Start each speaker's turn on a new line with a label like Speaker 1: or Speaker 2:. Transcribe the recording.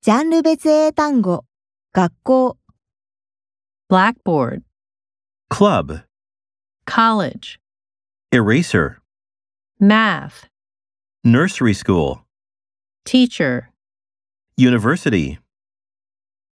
Speaker 1: ジャンル別英単語、学校、
Speaker 2: blackboard,
Speaker 3: club,
Speaker 2: college,
Speaker 3: eraser,
Speaker 2: math,
Speaker 3: nursery school,
Speaker 2: teacher.
Speaker 3: university.